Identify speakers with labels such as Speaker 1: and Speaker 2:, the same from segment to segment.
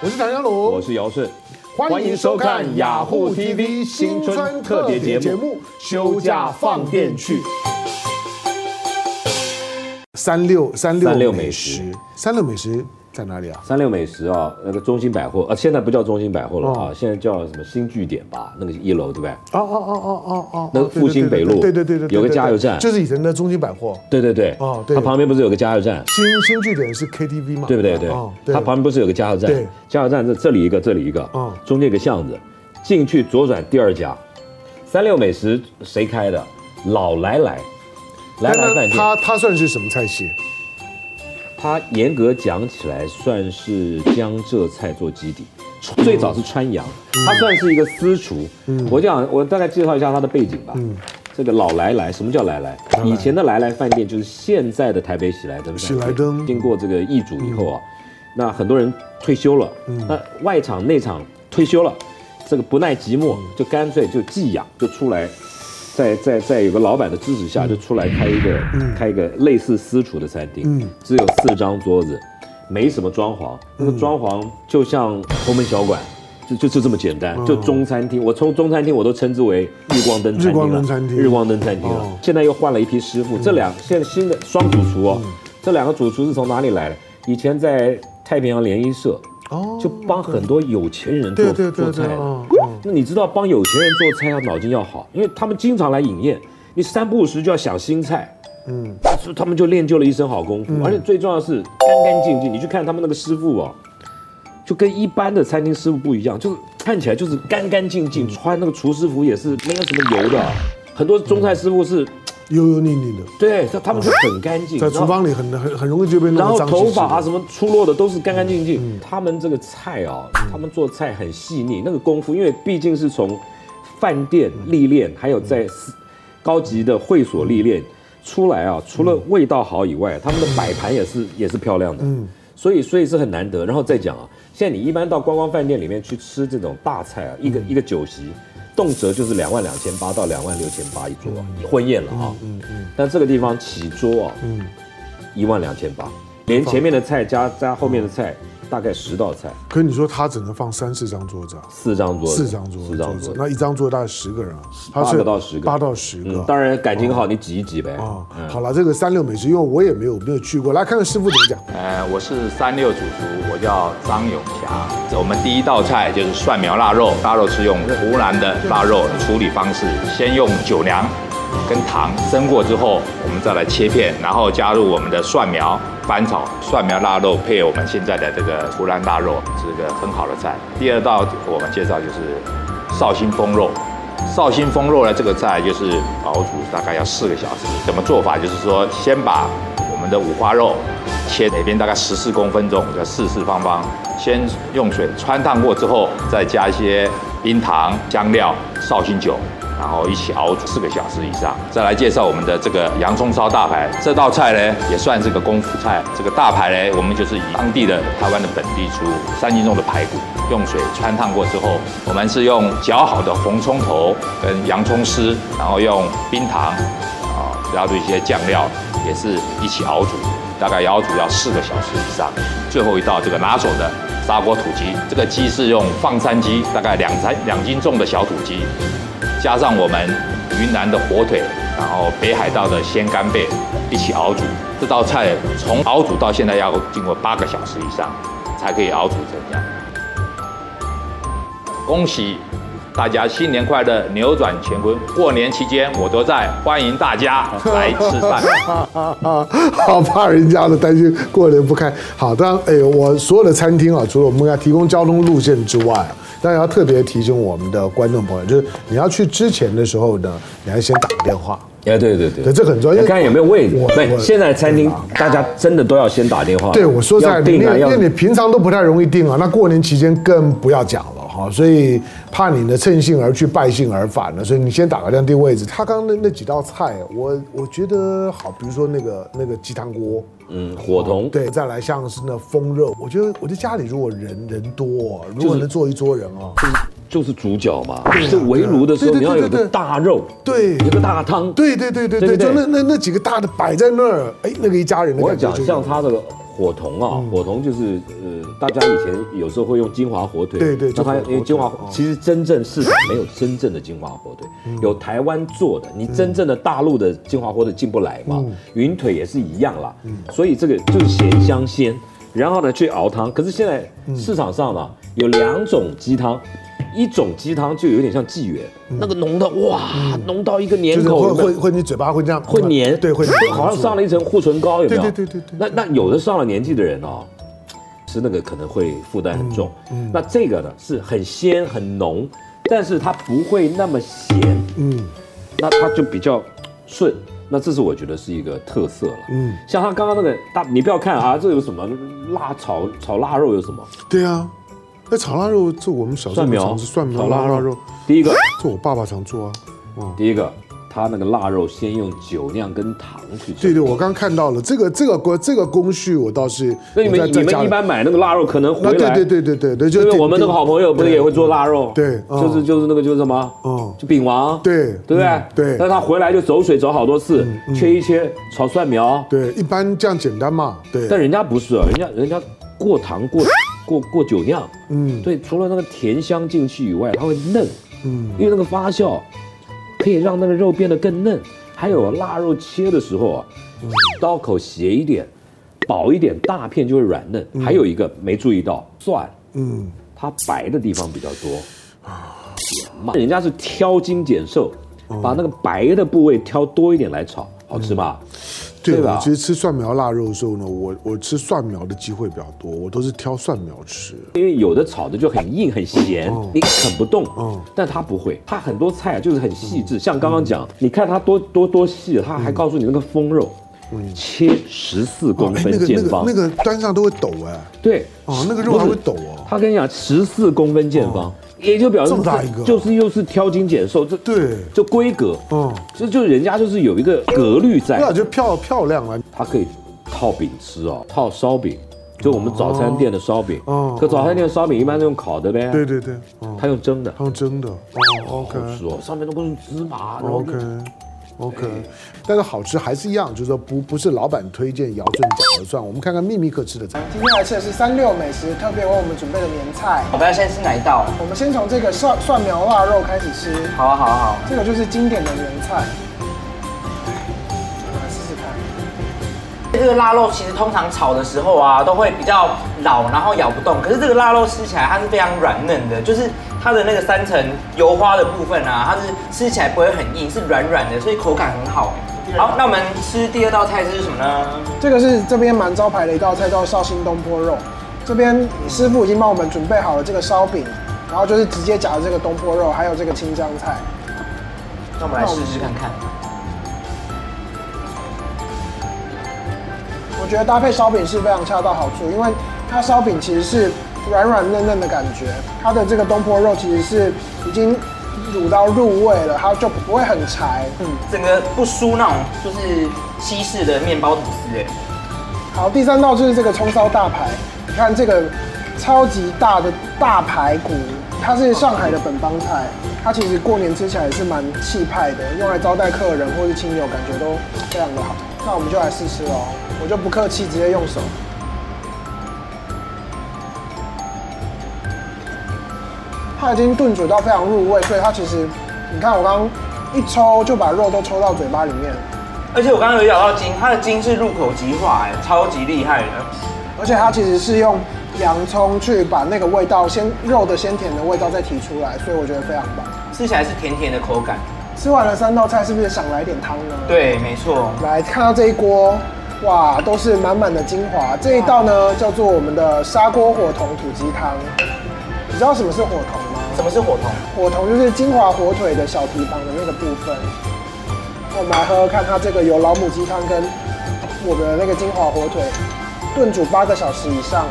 Speaker 1: 我是唐江龙，
Speaker 2: 我是姚顺，
Speaker 1: 欢迎收看雅虎 TV 新春特别节目《休假放电去》。三六三六
Speaker 2: 三六
Speaker 1: 美
Speaker 2: 美
Speaker 1: 食
Speaker 2: 食，
Speaker 1: 三六美食在哪里啊？
Speaker 2: 三六美食啊，那个中心百货啊，现在不叫中心百货了
Speaker 1: 哦
Speaker 2: 啊，现在叫什么新据点吧？那个一楼对不对？
Speaker 1: 哦哦哦哦哦哦，
Speaker 2: 那个复兴北路
Speaker 1: 对对对对，对
Speaker 2: 有个
Speaker 1: 对对
Speaker 2: 加油站
Speaker 1: 就是以前的中心百货。
Speaker 2: 对对对，
Speaker 1: 哦对
Speaker 2: 它旁边不是有个加油站？
Speaker 1: 新新据点是 KTV 嘛？
Speaker 2: 对不对？对
Speaker 1: 哦，
Speaker 2: 它旁边不是有个加油站
Speaker 1: 对？
Speaker 2: 加油站这这里一个，这里一个
Speaker 1: 嗯，
Speaker 2: 中间有个巷子，进去左转第二家，三六美食谁开的？老来来，来来
Speaker 1: 那
Speaker 2: 饭店，
Speaker 1: 它它算是什么菜系？
Speaker 2: 它严格讲起来算是江浙菜做基底，
Speaker 1: 嗯
Speaker 2: 最早是川阳，它算是一个私厨。我讲，我大概介绍一下它的背景吧。
Speaker 1: 嗯
Speaker 2: 这个老来来，什么叫来来？以前的来来饭店就是现在的台北喜来登饭店。
Speaker 1: 喜来登嗯
Speaker 2: 经过这个易主以后啊，那很多人退休了，那外场内场退休了，这个不耐寂寞，
Speaker 1: 嗯
Speaker 2: 就干脆就寄养，就出来，在在在有个老板的支持下，
Speaker 1: 嗯
Speaker 2: 就出来开一个开一个类似私厨的餐厅，
Speaker 1: 嗯
Speaker 2: 只有四张桌子，没什么装潢，那
Speaker 1: 嗯
Speaker 2: 个装潢就像鸿门小馆。就就就这么简单，
Speaker 1: 哦
Speaker 2: 就中餐厅，我从中餐厅我都称之为日光灯餐厅了，
Speaker 1: 日光灯餐厅
Speaker 2: 日光灯餐厅了。
Speaker 1: 哦嗯
Speaker 2: 现在又换了一批师傅，这两现在新的双主厨哦，这两个主厨是从哪里来的？以前在太平洋联谊社，
Speaker 1: 哦，
Speaker 2: 就帮很多有钱人做
Speaker 1: 对对对
Speaker 2: 做
Speaker 1: 对
Speaker 2: 菜，的。
Speaker 1: 哦，哦
Speaker 2: 那你知道帮有钱人做菜要脑筋要好，因为他们经常来饮宴，你三不五时就要想新菜，嗯，所以他们就练就了一身好功夫。
Speaker 1: 嗯
Speaker 2: 而且最重要的是干干净净，你去看他们那个师傅哦，就跟一般的餐厅师傅不一样，就是看起来就是干干净
Speaker 1: 嗯
Speaker 2: 净，穿那个厨师服也是没有什么油的。很多中菜师傅是，
Speaker 1: 油油腻腻的，
Speaker 2: 对，他他们是很干净，
Speaker 1: 在
Speaker 2: 然后
Speaker 1: 厨房里很很很容易就被弄
Speaker 2: 然
Speaker 1: 得
Speaker 2: 后
Speaker 1: 脏兮兮
Speaker 2: 头
Speaker 1: 的
Speaker 2: 发啊什么出落的嗯都是干干净净。他们这个菜哦，他们做菜很细腻，那个功夫，因为毕竟是从饭店历练，还有在私高级的会所历练出来啊，除了味道好以外，他们的摆盘也是也是漂亮的。所以所以是很难得。然后再讲啊，现在你一般到观光饭店里面去吃这种大菜啊，一个、一个酒席，动辄就是两万两千八到两万六千八一桌、啊，婚宴了啊。嗯嗯。但这个地方起桌啊，嗯，一万两千八，连前面的菜加加后面的菜，大概十道菜，
Speaker 1: 可是你说他只能放三四张桌子啊，
Speaker 2: 四张桌子，
Speaker 1: 四张桌
Speaker 2: 四
Speaker 1: 子，桌
Speaker 2: 张桌
Speaker 1: 子，
Speaker 2: 子。
Speaker 1: 那一张桌大概十个人啊，他
Speaker 2: 八个到十个
Speaker 1: 八到十个
Speaker 2: 嗯
Speaker 1: 啊。，
Speaker 2: 当然感情好，你挤一挤呗。
Speaker 1: 啊
Speaker 2: 啊、，
Speaker 1: 好了，这个三六美食，因为我也没有没有去过，来看看师傅怎么讲。
Speaker 3: 呃，我是三六主厨，我叫张永霞。我们第一道菜就是蒜苗腊肉，腊肉是用湖南的腊肉处理方式，先用酒酿跟糖蒸过之后，我们再来切片，然后加入我们的蒜苗翻炒，蒜苗腊肉配我们现在的这个湖南腊肉，是一个很好的菜。第二道我们介绍就是绍兴风肉，绍兴风肉呢，这个菜就是熬煮大概要四个小时。怎么做法？就是说，先把我们的五花肉切每边大概十四公分重，叫四四方方，先用水穿烫过之后，再加一些冰糖、香料、绍兴酒。然后一起熬煮四个小时以上，再来介绍我们的这个洋葱烧大排这道菜呢，也算是个功夫菜。这个大排呢，我们就是以当地的台湾的本地猪三斤重的排骨，用水穿烫过之后，我们是用绞好的红葱头跟洋葱丝，然后用冰糖啊，加入一些酱料，也是一起熬煮，大概熬煮要四个小时以上。最后一道这个拿手的砂锅土鸡，这个鸡是用放山鸡，大概两三两斤重的小土鸡，加上我们云南的火腿，然后北海道的鲜干贝一起熬煮。这道菜从熬煮到现在要经过八个小时以上，才可以熬煮成样。恭喜大家新年快乐，扭转乾坤！过年期间我都在，欢迎大家来吃饭。
Speaker 1: 好怕人家的担心过年不开。好，当然，哎，我所有的餐厅啊，除了我们要提供交通路线之外啊，当然要特别提醒我们的观众朋友，就是你要去之前的时候呢，你要先打个电话。
Speaker 2: 哎，对对对
Speaker 1: 对，这很重要因为
Speaker 2: 你看有没有位置
Speaker 1: 我？我
Speaker 2: 对，现在餐厅大家真的都要先打电话。
Speaker 1: 对，我说实在
Speaker 2: 要
Speaker 1: 的，因
Speaker 2: 订啊，
Speaker 1: 为因
Speaker 2: 要
Speaker 1: 为你平常都不太容易定啊，那过年期间更不要讲了哈，所以怕你呢趁兴而去，败兴而返了，所以你先打个量定位置。他刚刚那那几道菜，我我觉得好，比如说那个那个鸡汤锅，
Speaker 2: 嗯伙同。
Speaker 1: 对，再来像是那风肉，我觉得我觉得家里如果人人多，如
Speaker 2: 就
Speaker 1: 果
Speaker 2: 是
Speaker 1: 能坐一桌人哦，
Speaker 2: 就是主角嘛，是围炉的时
Speaker 1: 啊对对
Speaker 2: 候
Speaker 1: 对
Speaker 2: 你要
Speaker 1: 对
Speaker 2: 有个
Speaker 1: 对
Speaker 2: 大肉，
Speaker 1: 对
Speaker 2: 有个大汤。
Speaker 1: 对对对对
Speaker 2: 对
Speaker 1: 对，
Speaker 2: 对对
Speaker 1: 就那那那几个大的摆在那儿，哎，那个一家人的
Speaker 2: 我要
Speaker 1: 感觉
Speaker 2: 讲
Speaker 1: 就有嗯
Speaker 2: 像他这个伙同啊，伙同就是呃大家以前有时候会用金华火腿，
Speaker 1: 对对
Speaker 2: 那
Speaker 1: 就
Speaker 2: 它
Speaker 1: 火腿
Speaker 2: 因为金华
Speaker 1: 哦嗯
Speaker 2: 其实真正市场没有真正的金华火腿，有台湾做的，你真正的大陆的金华火腿进不来嘛，
Speaker 1: 嗯
Speaker 2: 云腿也是一样啦，所以这个就是咸香鲜，然后呢去熬汤，可是现在
Speaker 1: 嗯
Speaker 2: 市场上呢有两种鸡汤。一种鸡汤就有点像纪元，那个浓的哇，浓到一个
Speaker 1: 嗯就
Speaker 2: 黏
Speaker 1: 是
Speaker 2: 口，
Speaker 1: 会
Speaker 2: 有没有
Speaker 1: 会会，你嘴巴会这样
Speaker 2: 会黏，
Speaker 1: 对，会黏
Speaker 2: 就好像上了一层护唇膏，有没有？
Speaker 1: 对对对对对
Speaker 2: 那那有的上了年纪的人哦，吃那个可能会负担很重。
Speaker 1: 嗯
Speaker 2: 那这个呢是很鲜很浓，但是它不会那么咸，
Speaker 1: 嗯
Speaker 2: 那它就比较顺。那这是我觉得是一个特色了。
Speaker 1: 嗯，
Speaker 2: 像他刚刚那个大，你不要看啊，这有什么辣炒炒腊肉有什么？
Speaker 1: 对啊。那炒腊肉，这我们小时候
Speaker 2: 蒜苗
Speaker 1: 常吃蒜苗
Speaker 2: 炒腊
Speaker 1: 腊
Speaker 2: 肉
Speaker 1: 腊肉，
Speaker 2: 第一个，
Speaker 1: 这我爸爸常做啊。
Speaker 2: 第一个，他那个腊肉先用酒酿跟糖去
Speaker 1: 对
Speaker 2: 蒸。
Speaker 1: 对，我刚看到了这个这个工这个工序，我倒是
Speaker 2: 那你
Speaker 1: 我在
Speaker 2: 们
Speaker 1: 在
Speaker 2: 你
Speaker 1: 家
Speaker 2: 们
Speaker 1: 里
Speaker 2: 一般买那个腊肉可能
Speaker 1: 那
Speaker 2: 回
Speaker 1: 啊对
Speaker 2: 来
Speaker 1: 对对对对对，就
Speaker 2: 因为
Speaker 1: 对
Speaker 2: 我们那个好朋友不是也会做腊肉？
Speaker 1: 对嗯
Speaker 2: 就是就是那个就是什么？
Speaker 1: 嗯
Speaker 2: 嗯，就饼王。
Speaker 1: 对
Speaker 2: 对不对
Speaker 1: 嗯？对嗯
Speaker 2: 但他回来就走水走好多次，切一切，炒蒜苗。
Speaker 1: 对，一般这样简单嘛，
Speaker 2: 但
Speaker 1: 对，
Speaker 2: 人家不是啊，人家人家过糖过过过酒酿，
Speaker 1: 嗯
Speaker 2: 对，除了那个甜香进去以外，它会嫩，
Speaker 1: 嗯，
Speaker 2: 因为那个发酵可以让那个肉变得更嫩。还有腊肉切的时候啊，
Speaker 1: 嗯
Speaker 2: 刀口斜一点，薄一点，大片就会软嫩。还有一个没注意到，蒜。
Speaker 1: 嗯，
Speaker 2: 它白的地方比较多啊，人家是挑精拣瘦，
Speaker 1: 哦
Speaker 2: 把那个白的部位挑多一点来炒，好吃吧？
Speaker 1: 对
Speaker 2: 对
Speaker 1: 我
Speaker 2: 吧
Speaker 1: 其实吃蒜苗腊肉的时候呢，我我吃蒜苗的机会比较多，我都是挑蒜苗吃。
Speaker 2: 因为有的炒的就很硬很咸，
Speaker 1: 哦
Speaker 2: 你啃不动，但它不会，它很多菜啊就是很细
Speaker 1: 嗯
Speaker 2: 致，像刚刚讲，你看它多多多细，它还告诉你那个风肉。切十四公
Speaker 1: 嗯哎，那
Speaker 2: 分
Speaker 1: 个那
Speaker 2: 见
Speaker 1: 个
Speaker 2: 方
Speaker 1: 那，个端上都会抖哎，
Speaker 2: 对，
Speaker 1: 哦，那个肉还会抖哦。
Speaker 2: 他跟你讲十四公分见方，也就表示
Speaker 1: 这么大一个
Speaker 2: 就是又是挑精拣瘦，这
Speaker 1: 对
Speaker 2: 这规格，
Speaker 1: 嗯
Speaker 2: 嗯，这就人家就是有一个格律在
Speaker 1: 对，啊，就漂漂亮了。
Speaker 2: 它可以套饼吃哦，套烧饼，就我们早餐店的烧饼，
Speaker 1: 哦
Speaker 2: 可早餐店的烧饼一般都用烤的呗，
Speaker 1: 对，对对，哦，
Speaker 2: 它用蒸的，
Speaker 1: 它用蒸的。哦，OK
Speaker 2: 好吃哦，上面都是芝麻，然后
Speaker 1: 哦 OK OK，但是好吃还是一样，就是说不不是老板推荐姚顺饺子蒜，我们看看秘密客吃的菜。
Speaker 4: 今天来吃的是三六美食特别为我们准备的年菜。
Speaker 5: 我们要先吃哪一道？
Speaker 4: 我们先从这个蒜蒜苗腊肉开始吃，
Speaker 5: 好啊，好啊，好啊。
Speaker 4: 这个就是经典的年菜。我来试试看，
Speaker 5: 这个腊肉其实通常炒的时候啊，都会比较老，然后咬不动。可是这个腊肉吃起来它是非常软嫩的，就是它的那个三层油花的部分啊，它是吃起来不会很硬，是软软的，所以口感很好。好，那我们吃第二道菜是什么呢？
Speaker 4: 这个是这边蛮招牌的一道菜，叫绍兴东坡肉。这边师傅已经帮我们准备好了这个烧饼，然后就是直接夹着这个东坡肉，还有这个青江菜。
Speaker 5: 那我们来试试看看。
Speaker 4: 我觉得搭配烧饼是非常恰到好处，因为它烧饼其实是软软嫩嫩的感觉，它的这个东坡肉其实是已经卤到入味了，它就不会很柴。嗯，
Speaker 5: 整个不输那种就是西式的面包吐司，哎，
Speaker 4: 好，第三道就是这个葱烧大排，你看这个超级大的大排骨，它是上海的本帮菜，它其实过年吃起来是蛮气派的，用来招待客人或是亲友，感觉都非常的好。那我们就来试吃哦，我就不客气，直接用手。它已经炖煮到非常入味，所以它其实，你看我刚刚一抽就把肉都抽到嘴巴里面，
Speaker 5: 而且我刚刚有咬到筋，它的筋是入口即化，哎，超级厉害的。
Speaker 4: 而且它其实是用洋葱去把那个味道先肉的鲜甜的味道再提出来，所以我觉得非常棒。
Speaker 5: 吃起来是甜甜的口感。
Speaker 4: 吃完了三道菜，是不是想来点汤呢？，
Speaker 5: 对，没错。
Speaker 4: 来看到这一锅，哇，都是满满的精华。这一道呢叫做我们的砂锅火筒土鸡汤。你知道什么是火筒吗？
Speaker 5: 什么是火筒？
Speaker 4: 火筒就是金华火腿的小蹄膀的那个部分。我们来喝喝看它这个有老母鸡汤跟我们的那个金华火腿炖煮八个小时以上，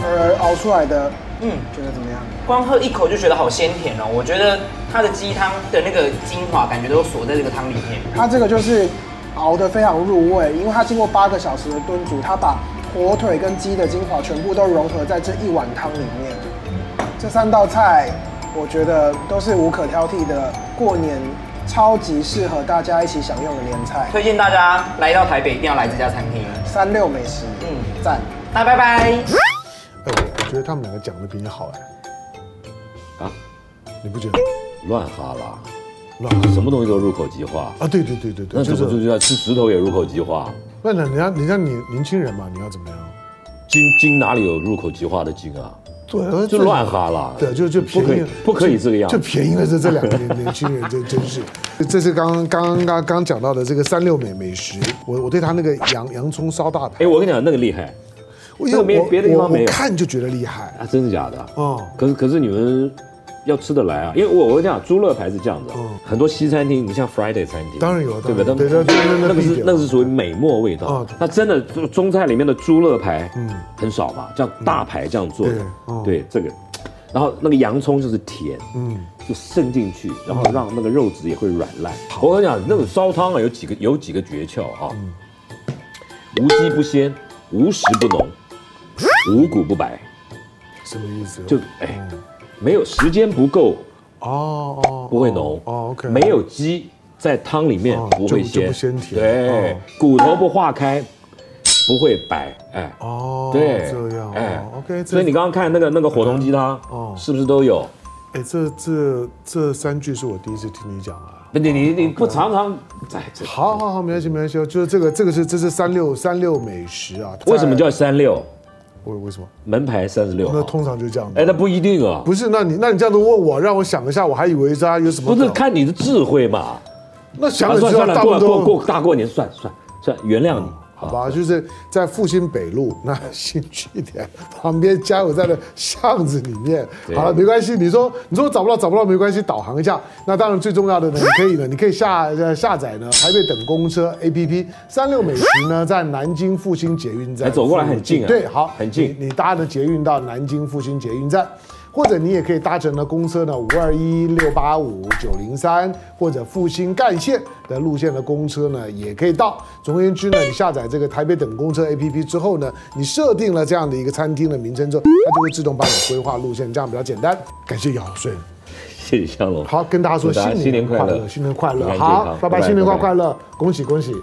Speaker 4: 而熬出来的，
Speaker 5: 嗯，
Speaker 4: 觉得怎么样？
Speaker 5: 光喝一口就觉得好鲜甜哦。我觉得它的鸡汤的那个精华感觉都锁在这个汤里面。
Speaker 4: 它这个就是熬得非常入味，因为它经过八个小时的炖煮，它把火腿跟鸡的精华全部都融合在这一碗汤里面。这三道菜，我觉得都是无可挑剔的，过年超级适合大家一起享用的年菜。
Speaker 5: 推荐大家来到台北一定要来这家餐厅。
Speaker 4: 三六美食，嗯
Speaker 5: 嗯，
Speaker 4: 赞。
Speaker 5: 那拜拜。
Speaker 1: 哎，我觉得他们两个讲的比你好哎，
Speaker 2: 啊，
Speaker 1: 你不觉得？
Speaker 2: 乱哈啦，
Speaker 1: 乱哈
Speaker 2: 什么东西都入口即化，
Speaker 1: 啊，对对对对对，
Speaker 2: 那怎么就要吃石头也入口即化？
Speaker 1: 那那人家人家年年轻人嘛，你要怎么样？
Speaker 2: 金金哪里有入口即化的金啊？
Speaker 1: 对，
Speaker 2: 就乱哈啦。
Speaker 1: 对，就就
Speaker 2: 不可
Speaker 1: 便
Speaker 2: 以
Speaker 1: 宜，
Speaker 2: 不可以这个样
Speaker 1: 就。便宜了这这两个年年轻人，真真是。 这是刚刚刚刚刚讲到的这个三六美美食，我我对他那个洋洋葱烧大排，
Speaker 2: 哎，我跟你讲，那个厉害
Speaker 1: 我
Speaker 2: 那个没别的地
Speaker 1: 我
Speaker 2: 方没
Speaker 1: 我
Speaker 2: 有
Speaker 1: 看就觉得厉害。
Speaker 2: 啊，真的假的？
Speaker 1: 哦，
Speaker 2: 可是可是你们要吃得来啊，因为我我跟你讲，猪肋排是这样子啊
Speaker 1: 嗯，
Speaker 2: 很多西餐厅，你像 Friday 餐厅，
Speaker 1: 当然有
Speaker 2: 对不
Speaker 1: 当然
Speaker 2: 对？
Speaker 1: 有对对对对
Speaker 2: 那个
Speaker 1: 必
Speaker 2: 是
Speaker 1: 点
Speaker 2: 那个是属于美末味道
Speaker 1: 哦。
Speaker 2: 那真的中菜里面的猪肋排，
Speaker 1: 嗯
Speaker 2: 嗯，很少吧？这样大排这样做的
Speaker 1: 对哦，
Speaker 2: 对这个，然后那个洋葱就是甜，
Speaker 1: 嗯，
Speaker 2: 就渗进去，然后让那个肉质也会软烂。我跟你讲，那个烧汤啊，有几个有几个诀窍啊，
Speaker 1: 嗯
Speaker 2: 无鸡不鲜，无食不浓，无骨不白，
Speaker 1: 什么意思？嗯
Speaker 2: 就哎，没有时间不够
Speaker 1: 哦哦，
Speaker 2: 不会浓
Speaker 1: 哦哦，OK
Speaker 2: 没有鸡在汤里面
Speaker 1: 哦
Speaker 2: 不
Speaker 1: 就就
Speaker 2: 会鲜，
Speaker 1: 不鲜甜
Speaker 2: 对
Speaker 1: 哦，
Speaker 2: 骨头不化开不会白，哎。
Speaker 1: 哦，
Speaker 2: 对，
Speaker 1: 这样，
Speaker 2: 哎
Speaker 1: 哦，OK，这
Speaker 2: 所以你刚刚看那个那个火铜鸡汤，
Speaker 1: 哦
Speaker 2: 是不是都有？
Speaker 1: 哎，这这这三句是我第一次听你讲啊。
Speaker 2: 不，你你你不常常，哎，这
Speaker 1: 好好好，没关系没关系，就是这个这个是这是三六三六美食啊。
Speaker 2: 为什么叫三六？
Speaker 1: 为为什么？
Speaker 2: 门牌三十六
Speaker 1: 那
Speaker 2: 号？
Speaker 1: 通常就这样的。
Speaker 2: 哎，那不一定啊，
Speaker 1: 不是，那你那你这样子问我，让我想一下，我还以为他有什么
Speaker 2: 不
Speaker 1: 梗。
Speaker 2: 是看你的智慧嘛。
Speaker 1: 那想
Speaker 2: 啊
Speaker 1: 了
Speaker 2: 算
Speaker 1: 之
Speaker 2: 了
Speaker 1: 后，
Speaker 2: 算了，
Speaker 1: 大部
Speaker 2: 过
Speaker 1: 分
Speaker 2: 过
Speaker 1: 都
Speaker 2: 过大过年算算算，原谅你，
Speaker 1: 好吧，就是在复兴北路那新区点旁边加油站的巷子里面。
Speaker 2: 对
Speaker 1: 好了，没关系，你说你说我找不到找不到没关系，导航一下。那当然最重要的呢，你可以呢，你可以下呃下载呢台北等公车 APP 三六美食呢，在南京复兴捷运站
Speaker 2: 哎走过来很近啊
Speaker 1: 对，好，
Speaker 2: 很近
Speaker 1: 你你搭的捷运到南京复兴捷运站，或者你也可以搭乘呢公车呢五二一六八五九零三或者复兴干线的路线的公车呢也可以到。总而言之呢，你下载这个台北等公车 APP 之后呢，你设定了这样的一个餐厅的名称之后，它就会自动帮你规划路线，这样比较简单。感谢姚顺，
Speaker 2: 谢谢香龙。
Speaker 1: 好，跟大家说
Speaker 2: 祝大家
Speaker 1: 新年
Speaker 2: 新年快乐
Speaker 1: 新年快乐
Speaker 2: 平，安健
Speaker 1: 好
Speaker 2: 康，
Speaker 1: 拜
Speaker 2: 拜
Speaker 1: 拜，
Speaker 2: 拜
Speaker 1: 新年快
Speaker 2: 拜拜
Speaker 1: 快乐，恭喜恭喜。